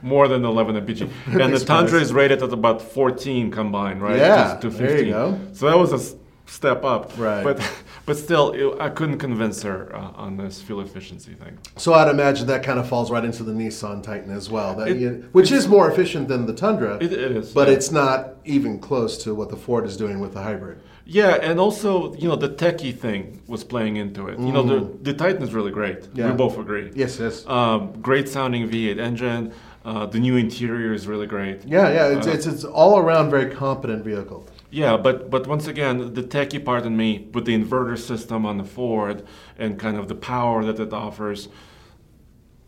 Speaker 2: more than 11
Speaker 1: [LAUGHS]
Speaker 2: mpg. And the Tundra is rated at about 14 combined, right?
Speaker 1: Yeah, there you go.
Speaker 2: So that was a s- step up.
Speaker 1: Right.
Speaker 2: But [LAUGHS] But still, it, I couldn't convince her uh, on this fuel efficiency thing.
Speaker 1: So I'd imagine that kind of falls right into the Nissan Titan as well, that you- which is more efficient than the Tundra.
Speaker 2: It- it is,
Speaker 1: but
Speaker 2: yeah.
Speaker 1: it's not even close to what the Ford is doing with the hybrid.
Speaker 2: Yeah, and also you know the techie thing was playing into it. You know the the Titan is really great.
Speaker 1: Mm. Yeah.
Speaker 2: We both agree.
Speaker 1: Yes, yes,
Speaker 2: Um, great sounding V8 engine. Uh, the new interior is really great.
Speaker 1: yeah, yeah.
Speaker 2: Uh-huh.
Speaker 1: It's, it's it's all around very competent vehicle.
Speaker 2: Yeah, but but once again, the techie part in me with the inverter system on the Ford and kind of the power that it offers,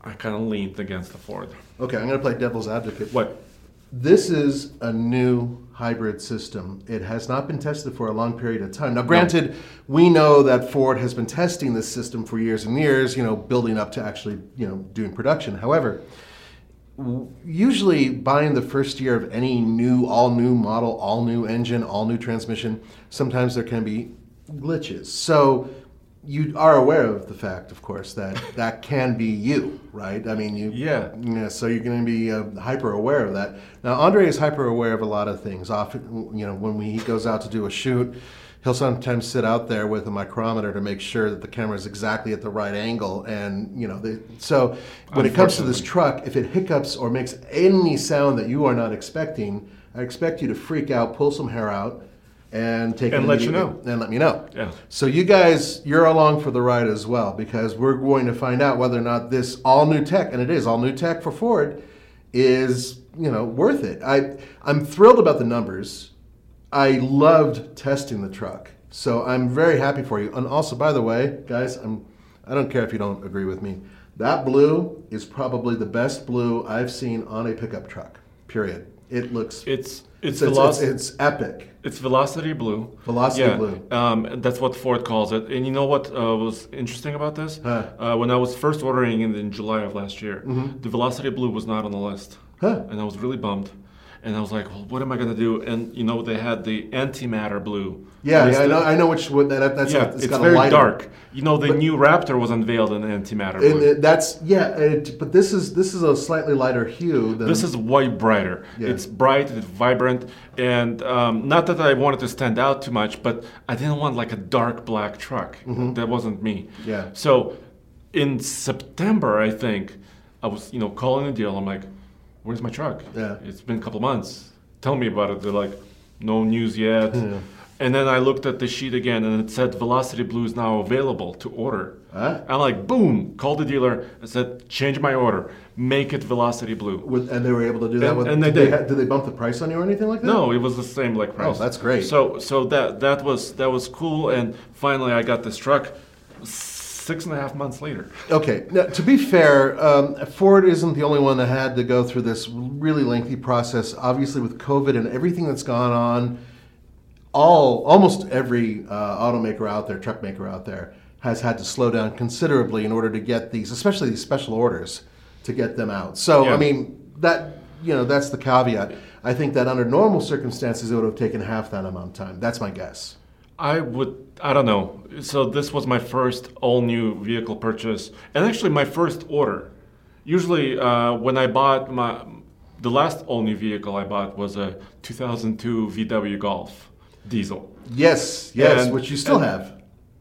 Speaker 2: I kind of leaned against the Ford.
Speaker 1: Okay, I'm going to play devil's advocate.
Speaker 2: What?
Speaker 1: This is a new hybrid system. It has not been tested for a long period of time. Now, granted, we know that Ford has been testing this system for years and years, you know, building up to actually, you know, doing production. However, w- usually buying the first year of any new, all new model, all new engine, all new transmission, sometimes there can be glitches. So you are aware of the fact, of course, that that can be you, right? I mean, you
Speaker 2: Yeah.
Speaker 1: yeah, so you're going to be uh, hyper aware of that. Now, Andre is hyper aware of a lot of things. Often, you know, when we, he goes out to do a shoot, he'll sometimes sit out there with a micrometer to make sure that the camera is exactly at the right angle. And you know, they, so when it comes to this truck, if it hiccups or makes any sound that you are not expecting, I expect you to freak out, pull some hair out, and take
Speaker 2: And
Speaker 1: it
Speaker 2: let you
Speaker 1: immediately-
Speaker 2: know.
Speaker 1: and let me know.
Speaker 2: Yeah.
Speaker 1: So you guys, you're along for the ride as well because we're going to find out whether or not this all new tech, and it is all new tech for Ford, is you know worth it. I I'm thrilled about the numbers. I loved testing the truck, so I'm very happy for you. And also, by the way, guys, I'm I don't care if you don't agree with me. That blue is probably the best blue I've seen on a pickup truck. Period. It looks
Speaker 2: It's it's,
Speaker 1: it's, it's,
Speaker 2: veloc- it's,
Speaker 1: it's epic.
Speaker 2: velocity blue.
Speaker 1: Velocity
Speaker 2: yeah,
Speaker 1: blue.
Speaker 2: Um, and that's what Ford calls it. And you know what uh, was interesting about this?
Speaker 1: Huh. Mm-hmm.
Speaker 2: Uh, when I was first ordering in, in July of last year, the velocity blue was not on the list,
Speaker 1: Huh.
Speaker 2: and I was really bummed. And I was like, well, what am I gonna do? And you know, they had the antimatter blue.
Speaker 1: Yeah, yeah, I
Speaker 2: listed.
Speaker 1: know. I know which one that that's
Speaker 2: Yeah,
Speaker 1: got,
Speaker 2: it's,
Speaker 1: got a
Speaker 2: very
Speaker 1: lighter-
Speaker 2: dark. You know, the new Raptor was unveiled in antimatter.
Speaker 1: And
Speaker 2: blue.
Speaker 1: it- that's yeah, it, but this is this is a slightly lighter hue than
Speaker 2: this is way brighter.
Speaker 1: Yeah.
Speaker 2: It's bright, it's vibrant, and um, not that I wanted to stand out too much, but I didn't want like a dark black truck. That wasn't me.
Speaker 1: Mm-hmm. Yeah.
Speaker 2: So in September, I think I was, you know, calling the deal. I'm like, "Where's my truck?
Speaker 1: Yeah.
Speaker 2: It's been a couple months. Tell me about it." They're like, "No news
Speaker 1: [LAUGHS]
Speaker 2: yet." And then I looked at the sheet again, and it said Velocity Blue is now available to order.
Speaker 1: Huh?
Speaker 2: I'm like, boom, called the dealer and said, change my order, make it Velocity Blue.
Speaker 1: with, and they were able to do that.
Speaker 2: And-
Speaker 1: with,
Speaker 2: and they
Speaker 1: did.
Speaker 2: did.
Speaker 1: ha- did they bump the price on you or anything like that?
Speaker 2: No, it was the same like price.
Speaker 1: Oh, that's great.
Speaker 2: So so that that was that was cool, and finally I got this truck six and a half months later.
Speaker 1: Okay. Now, to be fair, um, Ford isn't the only one that had to go through this really lengthy process. Obviously, with COVID and everything that's gone on, all almost every uh, automaker out there, truck maker out there, has had to slow down considerably in order to get these, especially these special orders, to get them out. So, I
Speaker 2: Yeah.
Speaker 1: mean, that you know, that's the caveat. I think that under normal circumstances, it would have taken half that amount of time. That's my guess.
Speaker 2: I would I don't know. So this was my first all new vehicle purchase, and actually my first order. Usually uh, when I bought my the last all new vehicle I bought was a 2002 VW Golf diesel.
Speaker 1: Yes, yes,
Speaker 2: And-
Speaker 1: which you still
Speaker 2: and-
Speaker 1: have.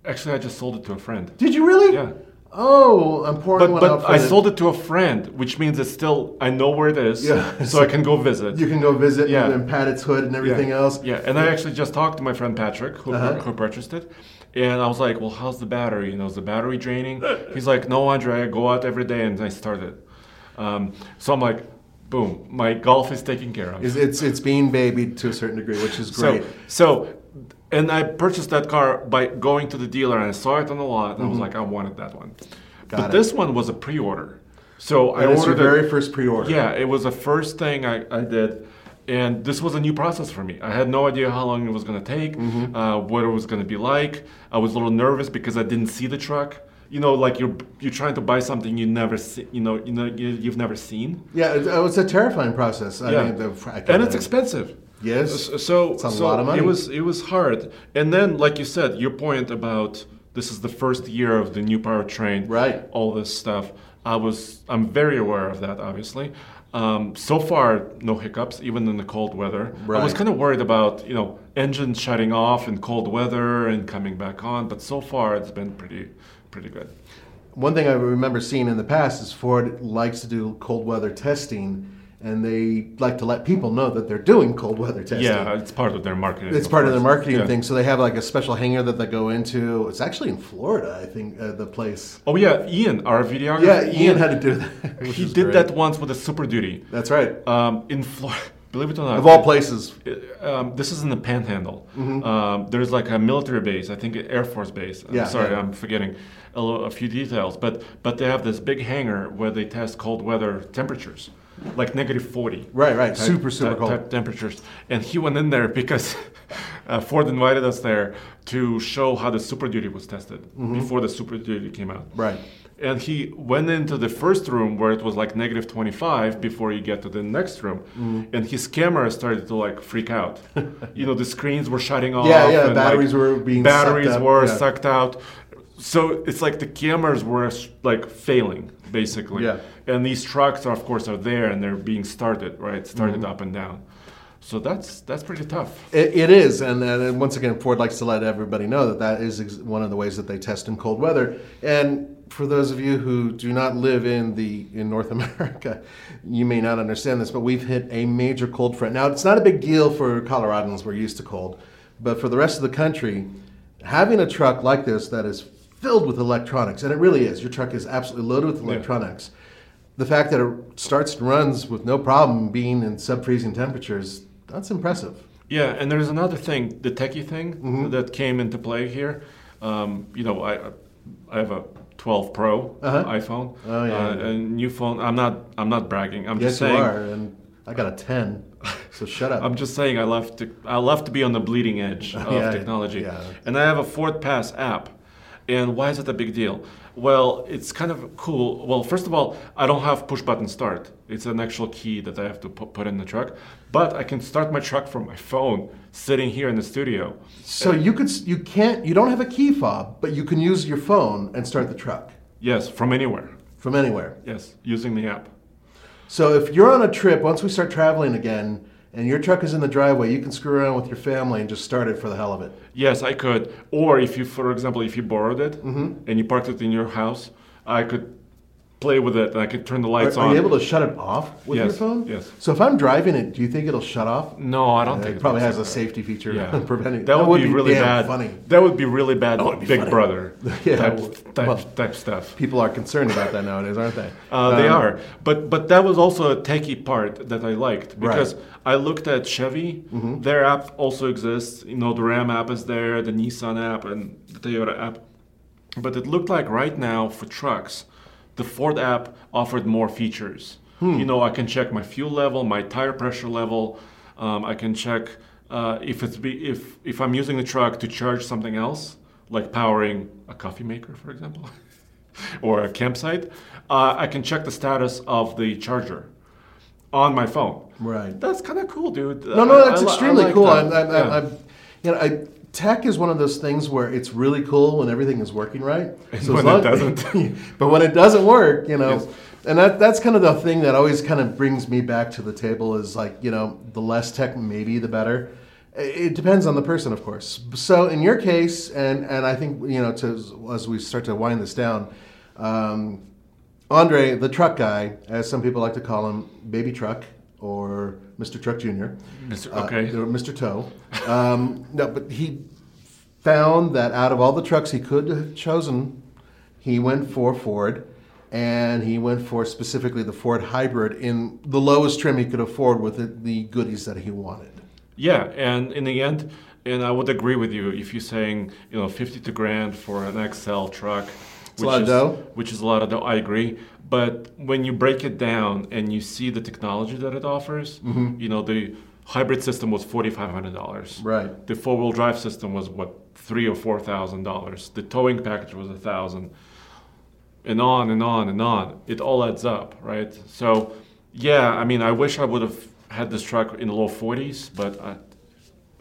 Speaker 2: Actually, I just sold it to a friend.
Speaker 1: Did you really?
Speaker 2: Yeah.
Speaker 1: Oh, I'm pouring
Speaker 2: But,
Speaker 1: one out
Speaker 2: but
Speaker 1: for
Speaker 2: I
Speaker 1: the-
Speaker 2: sold it to a friend, which means it's still I know where it is,
Speaker 1: Yeah.
Speaker 2: so I can go visit.
Speaker 1: You can go visit
Speaker 2: Yeah.
Speaker 1: and pat its hood and everything
Speaker 2: yeah.
Speaker 1: else. Uh-huh.
Speaker 2: Yeah, and I actually just talked to my friend Patrick, who, who purchased it, and I was like, "Well, how's the battery? You know, is the battery draining?" He's like, "No, Andre, I go out every day and I start it." Um, so I'm like, "Boom, my golf is taken care of."
Speaker 1: It's, it's it's being babied to a certain degree, which is
Speaker 2: so,
Speaker 1: great.
Speaker 2: so, and I purchased that car by going to the dealer and I saw it on the lot, and I was like, "I wanted that one," but
Speaker 1: Mm-hmm. it.
Speaker 2: this one was a pre-order. So I
Speaker 1: And it's your
Speaker 2: ordered
Speaker 1: very
Speaker 2: it-
Speaker 1: first pre-order.
Speaker 2: yeah, it was the first thing I, I did, and this was a new process for me. I had no idea how long it was going to take,
Speaker 1: Mm-hmm.
Speaker 2: uh, what it was going to be like. I was a little nervous because I didn't see the truck. You know, like you're you're trying to buy something you never see, you know, you know you, you've never seen.
Speaker 1: Yeah, it, oh, it's a terrifying process. I
Speaker 2: Yeah,
Speaker 1: mean, the, I
Speaker 2: and it's
Speaker 1: can't-
Speaker 2: expensive.
Speaker 1: Yes.
Speaker 2: S- uh, so
Speaker 1: It's a
Speaker 2: so
Speaker 1: lot of money.
Speaker 2: it was it was hard. And then, like you said, your point about this is the first year of the new powertrain,
Speaker 1: Right.
Speaker 2: All this stuff. I was I'm very aware of that, obviously. Um, so far, no hiccups, even in the cold weather. I was
Speaker 1: Right.
Speaker 2: kind of worried about you know engines shutting off in cold weather and coming back on, but so far it's been pretty pretty good.
Speaker 1: One thing I remember seeing in the past is Ford likes to do cold weather testing, and they like to let people know that they're doing cold weather testing.
Speaker 2: Yeah, it's part of their marketing.
Speaker 1: It's part of their
Speaker 2: course.
Speaker 1: marketing
Speaker 2: Yeah.
Speaker 1: thing, so they have like a special hangar that they go into. It's actually in Florida, I think, uh, the place.
Speaker 2: Oh yeah, Ian, our videographer.
Speaker 1: Yeah, Ian had to do that. which
Speaker 2: He
Speaker 1: is
Speaker 2: did
Speaker 1: great.
Speaker 2: that once with a Super Duty.
Speaker 1: That's right.
Speaker 2: Um, in Florida, [LAUGHS] believe it or not,
Speaker 1: Of all places,
Speaker 2: um, this is in the Panhandle. Um, there's like a military base, I think an Air Force base. I'm
Speaker 1: Yeah,
Speaker 2: sorry,
Speaker 1: yeah.
Speaker 2: I'm forgetting a, lo- a few details, but but they have this big hangar where they test cold weather temperatures, like negative 40.
Speaker 1: Right, right.
Speaker 2: type-
Speaker 1: Super, super
Speaker 2: type-
Speaker 1: cold.
Speaker 2: type temperatures. And he went in there because [LAUGHS] uh, Ford invited us there to show how the Super Duty was tested before the Super Duty came out.
Speaker 1: Mm-hmm. Right.
Speaker 2: And he went into the first room where it was like negative 25 before you get to the next room.
Speaker 1: Mm-hmm.
Speaker 2: And his camera started to like freak
Speaker 1: [LAUGHS]
Speaker 2: out. you know, the screens were shutting off.
Speaker 1: yeah,
Speaker 2: and,
Speaker 1: batteries were being sucked
Speaker 2: Batteries
Speaker 1: up,
Speaker 2: were
Speaker 1: yeah.
Speaker 2: sucked out. So it's like the cameras were like failing, basically.
Speaker 1: Yeah.
Speaker 2: And these trucks are, of course, are there and they're being started, right? Started
Speaker 1: Mm-hmm.
Speaker 2: up and down. So that's that's pretty tough.
Speaker 1: It, it is, and, and then once again, Ford likes to let everybody know that that is ex- one of the ways that they test in cold weather. And for those of you who do not live in the in North [LAUGHS] America, you may not understand this, but we've hit a major cold front. Now, it's not a big deal for Coloradans; we're used to cold, but for the rest of the country, having a truck like this that is filled with electronics, and it really is, your truck is absolutely loaded with electronics. The fact that it starts and runs with no problem being in sub-freezing temperatures, that's impressive.
Speaker 2: Yeah, and there's another thing, the techie thing
Speaker 1: Mm-hmm.
Speaker 2: that came into play here. Um, you know, I I have a 12 Pro iPhone,
Speaker 1: Oh, yeah,
Speaker 2: uh,
Speaker 1: yeah.
Speaker 2: a new phone. I'm not I'm not bragging. I'm
Speaker 1: Yes,
Speaker 2: just saying
Speaker 1: you are, and I got a ten. So shut up.
Speaker 2: I'm just saying I love to I love to be on the bleeding
Speaker 1: [LAUGHS]
Speaker 2: edge of
Speaker 1: Yeah,
Speaker 2: technology.
Speaker 1: yeah.
Speaker 2: And I have a Ford Pass app. And why is it a big deal? Well, it's kind of cool. Well, first of all, I don't have push button start. It's an actual key that I have to pu- put in the truck, but I can start my truck from my phone sitting here in the studio.
Speaker 1: [LAUGHS] so you could, s- you can't, you don't have a key fob, but you can use your phone and start the truck
Speaker 2: Yes, from anywhere.
Speaker 1: from anywhere.
Speaker 2: Yes, using the app.
Speaker 1: So if you're on a trip, once we start traveling again, and your truck is in the driveway, you can screw around with your family and just start it for the hell of it.
Speaker 2: Yes, I could. Or if you, for example, if you borrowed it
Speaker 1: Mm-hmm.
Speaker 2: and you parked it in your house, I could play with it and I could turn the
Speaker 1: Are,
Speaker 2: lights
Speaker 1: are
Speaker 2: on.
Speaker 1: you able to shut it off with your
Speaker 2: Yes,
Speaker 1: phone?
Speaker 2: yes.
Speaker 1: So if I'm driving it, do you think it'll shut off?
Speaker 2: No, I don't think
Speaker 1: It probably has
Speaker 2: it's
Speaker 1: a
Speaker 2: like that.
Speaker 1: safety feature
Speaker 2: Yeah,
Speaker 1: [LAUGHS] preventing.
Speaker 2: that, would, be, really
Speaker 1: damn
Speaker 2: bad.
Speaker 1: Funny.
Speaker 2: That would be really bad.
Speaker 1: be
Speaker 2: Big
Speaker 1: funny.
Speaker 2: Brother
Speaker 1: [LAUGHS] Yeah, well,
Speaker 2: type, type,
Speaker 1: well,
Speaker 2: type stuff.
Speaker 1: People are concerned about that nowadays, aren't they? Um,
Speaker 2: Uh, they are, but but that was also a techie part that I liked because
Speaker 1: Right.
Speaker 2: I looked at Chevy. Their app also exists. You know, the Ram app is there, the Nissan app, and the Toyota app. But it looked like right now for trucks, the Ford app offered more features. You know, I can check my fuel level, my tire pressure level. Um, I can check uh, if it's be, if if I'm using the truck to charge something else, like powering a coffee maker, for example. [LAUGHS] or a campsite, uh, I can check the status of the charger on my phone.
Speaker 1: Right.
Speaker 2: That's kind of cool, dude.
Speaker 1: No, no, that's extremely cool.
Speaker 2: I'm,
Speaker 1: I'm, I'm, I'm, I'm, you know, I, tech is one of those things where it's really cool when everything is working right. So as
Speaker 2: when
Speaker 1: long- [LAUGHS]
Speaker 2: it doesn't.
Speaker 1: but when it doesn't work, you know, and that, that's kind of the thing that always kind of brings me back to the table is like, you know, the less tech, maybe the better. I- It depends on the person, of course. So in your case, and, and I think, you know, to, as we start to wind this down, um, Andre, the truck guy, as some people like to call him, Baby Truck or Mr. Truck Jr.
Speaker 2: Mr.
Speaker 1: Uh,
Speaker 2: okay.
Speaker 1: there were Mr. Toe. Um, no, but he found that out of all the trucks he could have chosen, he went for Ford, and he went for specifically the Ford Hybrid in the lowest trim he could afford with the, the goodies that he wanted.
Speaker 2: Yeah, and in the end, and I would agree with you if you're saying you know 52 grand for an XL truck,
Speaker 1: a lot of
Speaker 2: is
Speaker 1: dough.
Speaker 2: which is a lot of dough. I agree, but when you break it down and you see the technology that it offers, you know the hybrid system was forty five hundred dollars.
Speaker 1: Mm-hmm. Right.
Speaker 2: The four wheel drive system was what three or four thousand dollars. The towing package was a thousand and on and on and on. It all adds up, right? So, yeah, I mean, I wish I would have had this truck in the low 40s, but I,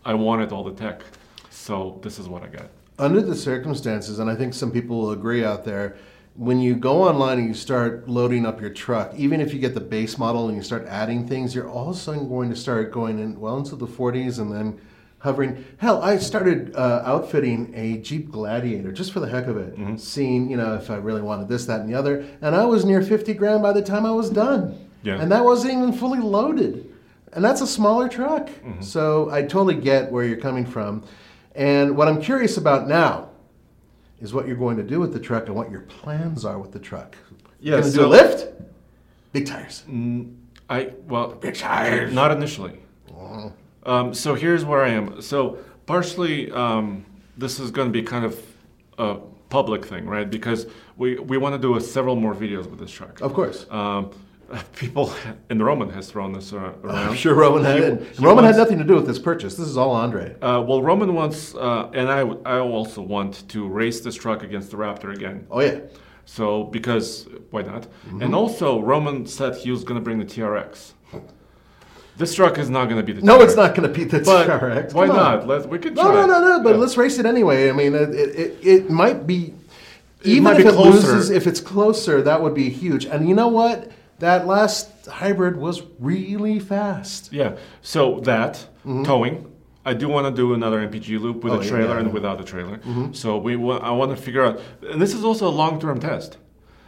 Speaker 2: I wanted all the tech. So, this is what I got.
Speaker 1: Under the circumstances, and I think some people will agree out there, when you go online and you start loading up your truck, even if you get the base model and you start adding things, you're all of a sudden going to start going in well into the 40s and then hovering. Hell, I started uh, outfitting a Jeep Gladiator just for the heck of it, seeing you know if I really wanted this, that, and the other. And I was near 50 grand by the time I was done,
Speaker 2: Yeah.
Speaker 1: and that wasn't even fully loaded. And that's a smaller truck.
Speaker 2: Mm-hmm.
Speaker 1: So I totally get where you're coming from. And what I'm curious about now is what you're going to do with the truck and what your plans are with the truck.
Speaker 2: Yeah,
Speaker 1: Gonna do
Speaker 2: so- Mm.
Speaker 1: a lift? Big tires.
Speaker 2: I well, not initially. Um, so here's where I am. So partially, um, this is going to be kind of a public thing, right? Because we we want to do a, several more videos with this truck.
Speaker 1: Of course.
Speaker 2: Um, [LAUGHS] people in Roman has thrown this ar- around.
Speaker 1: I'm sure Roman had
Speaker 2: He-
Speaker 1: it.
Speaker 2: he
Speaker 1: Roman had
Speaker 2: wants-
Speaker 1: nothing to do with this purchase. This is all Andre.
Speaker 2: Uh, well, Roman wants, uh, and I, w- I also want to race this truck against the Raptor again.
Speaker 1: Oh yeah.
Speaker 2: So, because why not?
Speaker 1: Mm-hmm.
Speaker 2: And also, Roman said he was going to bring the TRX. This truck is not going to be the
Speaker 1: No,
Speaker 2: TRX.
Speaker 1: it's not going to beat the
Speaker 2: But
Speaker 1: TRX.
Speaker 2: why
Speaker 1: Come on.
Speaker 2: not? Let, we could
Speaker 1: No,
Speaker 2: try.
Speaker 1: no, no, no. But
Speaker 2: Yeah.
Speaker 1: let's race it anyway. I mean, it it, it, it might be even
Speaker 2: might
Speaker 1: if
Speaker 2: be
Speaker 1: it
Speaker 2: closer.
Speaker 1: loses. If it's closer, that would be huge. And you know what? That last hybrid was really fast.
Speaker 2: Yeah. So that towing, I do want to do another MPG loop
Speaker 1: Mm-hmm.
Speaker 2: with
Speaker 1: Oh,
Speaker 2: a
Speaker 1: yeah,
Speaker 2: trailer
Speaker 1: yeah. Mm-hmm.
Speaker 2: and without a trailer. So we wa- I want to figure out, and this is also a long-term test.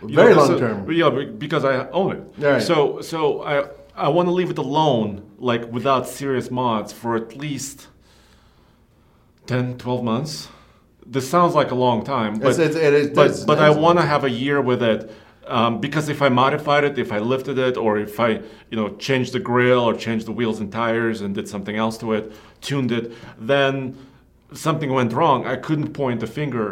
Speaker 2: You
Speaker 1: Very
Speaker 2: this is-
Speaker 1: long-term.
Speaker 2: Yeah, be- because I own it.
Speaker 1: Right.
Speaker 2: So so I I want to leave it alone, like without serious mods, for at least 10, 12 months. This sounds like a long time, but
Speaker 1: It's- it's- it is- it's-
Speaker 2: but, but I
Speaker 1: it's-
Speaker 2: want to have a year with it um, because if I modified it, if I lifted it, or if I you know changed the grill or changed the wheels and tires and did something else to it, tuned it, then something went wrong. I couldn't point the finger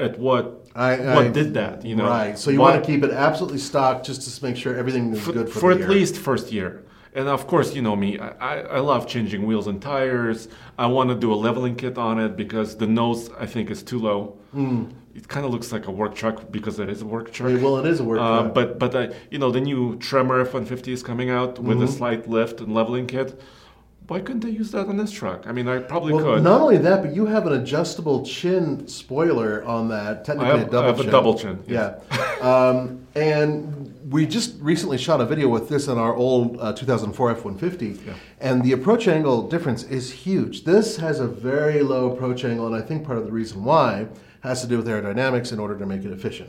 Speaker 2: at what
Speaker 1: I-
Speaker 2: what
Speaker 1: I-
Speaker 2: did that. You know,
Speaker 1: Right. So you
Speaker 2: Why-
Speaker 1: want to keep it absolutely stocked just to make sure everything is good for,
Speaker 2: for
Speaker 1: the
Speaker 2: at
Speaker 1: year.
Speaker 2: least first year. And of course, you know me. I, I, I love changing wheels and tires. I want to do a leveling kit on it because the nose I think is too low.
Speaker 1: Hmm.
Speaker 2: It kind of looks like a work truck because it is a work truck.
Speaker 1: Well, it is a work
Speaker 2: Uh,
Speaker 1: truck.
Speaker 2: but but I, you know the new Tremor F150 is coming out with
Speaker 1: Mm-hmm.
Speaker 2: a slight lift and leveling kit. Why couldn't they use that on this truck? I mean, I probably
Speaker 1: Well,
Speaker 2: could.
Speaker 1: not only that, but you have an adjustable chin spoiler on that. Technically,
Speaker 2: I have-
Speaker 1: a double
Speaker 2: I have a
Speaker 1: chin.
Speaker 2: double chin, yes.
Speaker 1: Yeah. um, and we just recently shot a video with this on our old uh, 2004 F150, and the approach angle difference is huge. This has a very low approach angle, and I think part of the reason why has to do with aerodynamics in order to make it efficient.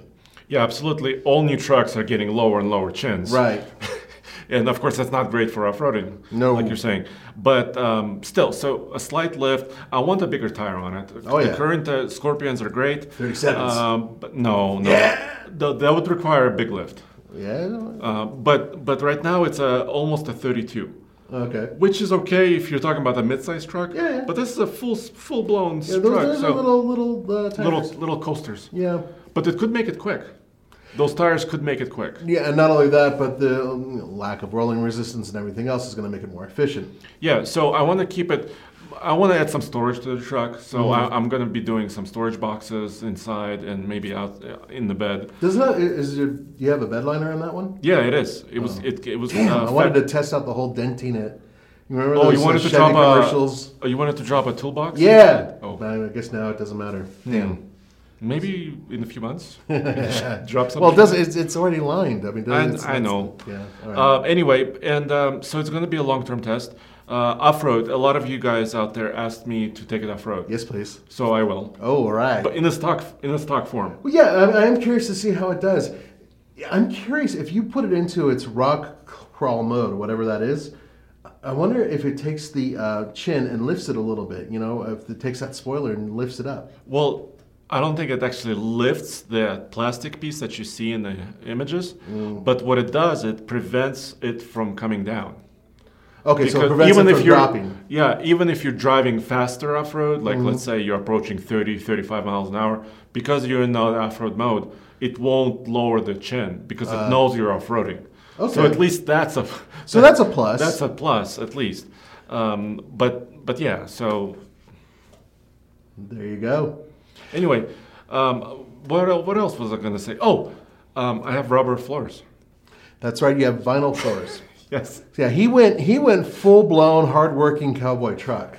Speaker 2: Yeah, absolutely. All new trucks are getting lower and lower chins.
Speaker 1: Right.
Speaker 2: [LAUGHS] and of course, that's not great for off roading,
Speaker 1: No.
Speaker 2: like you're saying. But um, still, so a slight lift. I want a bigger tire on it.
Speaker 1: Oh,
Speaker 2: the
Speaker 1: yeah.
Speaker 2: current uh, Scorpions are great.
Speaker 1: 37s.
Speaker 2: Um, but no, no. Th- that would require a big lift.
Speaker 1: Yeah.
Speaker 2: Uh, but but right now it's a, almost a 32.
Speaker 1: Okay.
Speaker 2: Which is okay if you're talking about a mid-sized truck.
Speaker 1: Yeah, yeah.
Speaker 2: But this is a full full blown
Speaker 1: Yeah, those,
Speaker 2: truck.
Speaker 1: those
Speaker 2: so
Speaker 1: are little little uh, tires.
Speaker 2: little little coasters.
Speaker 1: Yeah.
Speaker 2: But it could make it quick. Those tires could make it quick.
Speaker 1: Yeah, and not only that, but the um, lack of rolling resistance and everything else is going to make it more efficient.
Speaker 2: Yeah, so I want to keep it. I want to add some storage to the truck, so
Speaker 1: Mm-hmm.
Speaker 2: I, I'm going to be doing some storage boxes inside and maybe out uh, in the bed.
Speaker 1: Doesn't that is your, do you have a bed liner on that one?
Speaker 2: Yeah, it is. It was. It, it was. Damn,
Speaker 1: Oh. [CLEARS THROAT] I wanted to test out the whole dentinet. You remember
Speaker 2: Uh, Oh,
Speaker 1: those
Speaker 2: you
Speaker 1: uh,
Speaker 2: wanted to
Speaker 1: Chevy
Speaker 2: drop
Speaker 1: commercials?
Speaker 2: a. Oh, you wanted to drop a toolbox.
Speaker 1: yeah.
Speaker 2: Oh.
Speaker 1: But I guess now it doesn't matter.
Speaker 2: Damn. Maybe in a few
Speaker 1: [LAUGHS]
Speaker 2: months, drop something.
Speaker 1: Well, it does it's, it's already lined. I mean,
Speaker 2: I,
Speaker 1: it's,
Speaker 2: I
Speaker 1: it's-
Speaker 2: know.
Speaker 1: Yeah. All right.
Speaker 2: Uh, anyway, and um, so it's going to be a long-term test. Uh, off-road. A lot of you guys out there asked me to take it off-road.
Speaker 1: yes, please.
Speaker 2: So I will,
Speaker 1: Oh, all right.
Speaker 2: but in a stock in a stock form.
Speaker 1: Well, yeah, I, I am curious to see how it does. Yeah, I'm curious if you put it into its rock crawl mode, whatever that is. I wonder if it takes the uh, chin and lifts it a little bit. You know, if it takes that spoiler and lifts it up.
Speaker 2: Well, I don't think it actually lifts the plastic piece that you see in the images, but what it does, it prevents it from coming down.
Speaker 1: Okay, so it prevents it from
Speaker 2: you're
Speaker 1: dropping. Mm-hmm.
Speaker 2: yeah, even if you're driving faster off road, like let's say you're approaching 30, 35 miles an hour, because you're in that off road mode, it won't lower the chin because it knows you're off roading. So
Speaker 1: Uh, okay.
Speaker 2: at least that's a
Speaker 1: So that's a plus.
Speaker 2: [LAUGHS] That's a plus at least. Um, but but yeah, so
Speaker 1: There you go.
Speaker 2: Anyway, um, what el- what else was I going to say? Oh, um, I have rubber floors.
Speaker 1: That's right. You have vinyl floors.
Speaker 2: Yes.
Speaker 1: yeah, he went. He went full blown, hardworking cowboy truck.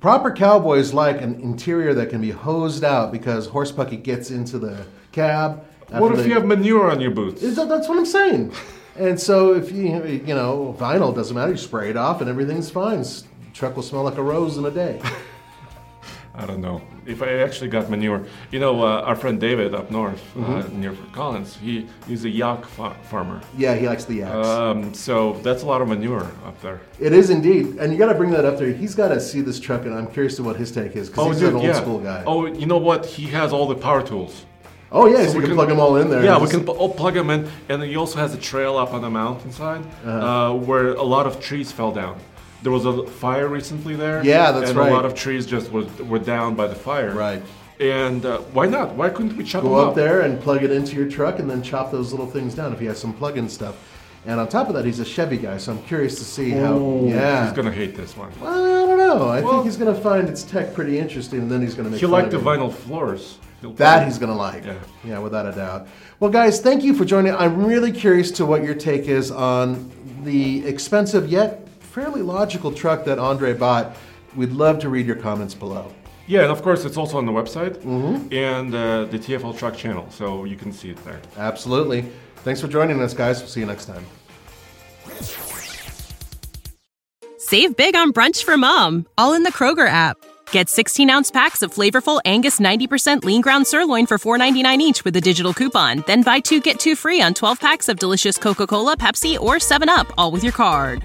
Speaker 1: Proper cowboys like an interior that can be hosed out because horse pucky gets into the cab
Speaker 2: What
Speaker 1: after
Speaker 2: if
Speaker 1: they-
Speaker 2: you have manure on your boots?
Speaker 1: Is that- that's what I'm saying. And so if you you know vinyl doesn't matter, you spray it off and everything's fine. S- Truck will smell like a rose in a day.
Speaker 2: I don't know if I actually got manure. You know, uh, our friend David up north, uh,
Speaker 1: Mm-hmm.
Speaker 2: near Fort Collins, he, he's a yak fa- farmer.
Speaker 1: Yeah, he likes the yaks.
Speaker 2: Um, so that's a lot of manure up there.
Speaker 1: it is indeed, and you got to bring that up there. He's got to see this truck, and I'm curious to what his take is because Oh, he's an old school guy. Oh,
Speaker 2: Oh, you know what? He has all the power tools. Oh,
Speaker 1: yeah, so, we can, plug them all in there.
Speaker 2: Yeah,
Speaker 1: and
Speaker 2: we
Speaker 1: just-
Speaker 2: can pl- all plug him in, and he also has a trail up on the mountainside
Speaker 1: Uh-huh.
Speaker 2: uh, where a lot of trees fell down. There was a fire recently there.
Speaker 1: Yeah, that's
Speaker 2: and
Speaker 1: right.
Speaker 2: A lot of trees just were, were down by the fire.
Speaker 1: Right.
Speaker 2: And uh, why not? Why couldn't we chop
Speaker 1: go
Speaker 2: them
Speaker 1: up there and plug it into your truck and then chop those little things down if he has some plug-in stuff. And on top of that, he's a Chevy guy, so I'm curious to see how. Yeah.
Speaker 2: Oh, He's gonna hate this one.
Speaker 1: I don't know. I
Speaker 2: Well-
Speaker 1: think he's going to find its tech pretty interesting, and then he's going to make.
Speaker 2: He
Speaker 1: fun
Speaker 2: liked
Speaker 1: of
Speaker 2: the
Speaker 1: it.
Speaker 2: vinyl floors. He'll
Speaker 1: That
Speaker 2: probably-
Speaker 1: he's going to like.
Speaker 2: Yeah.
Speaker 1: yeah, without a doubt. Well, guys, thank you for joining. I'm really curious to what your take is on the expensive yet fairly logical truck that Andre bought. We'd love to read your comments below.
Speaker 2: Yeah, and of course it's also on the website
Speaker 1: Mm-hmm.
Speaker 2: and uh, the TFL Truck channel, so you can see it there.
Speaker 1: Absolutely. Thanks for joining us, guys. We'll see you next time.
Speaker 4: Save big on brunch for mom, all in the Kroger app. Get 16 ounce packs of flavorful Angus 90% lean ground sirloin for $4.99 each with a digital coupon. Then buy two get two free on 12 packs of delicious Coca Cola, Pepsi, or 7UP, all with your card.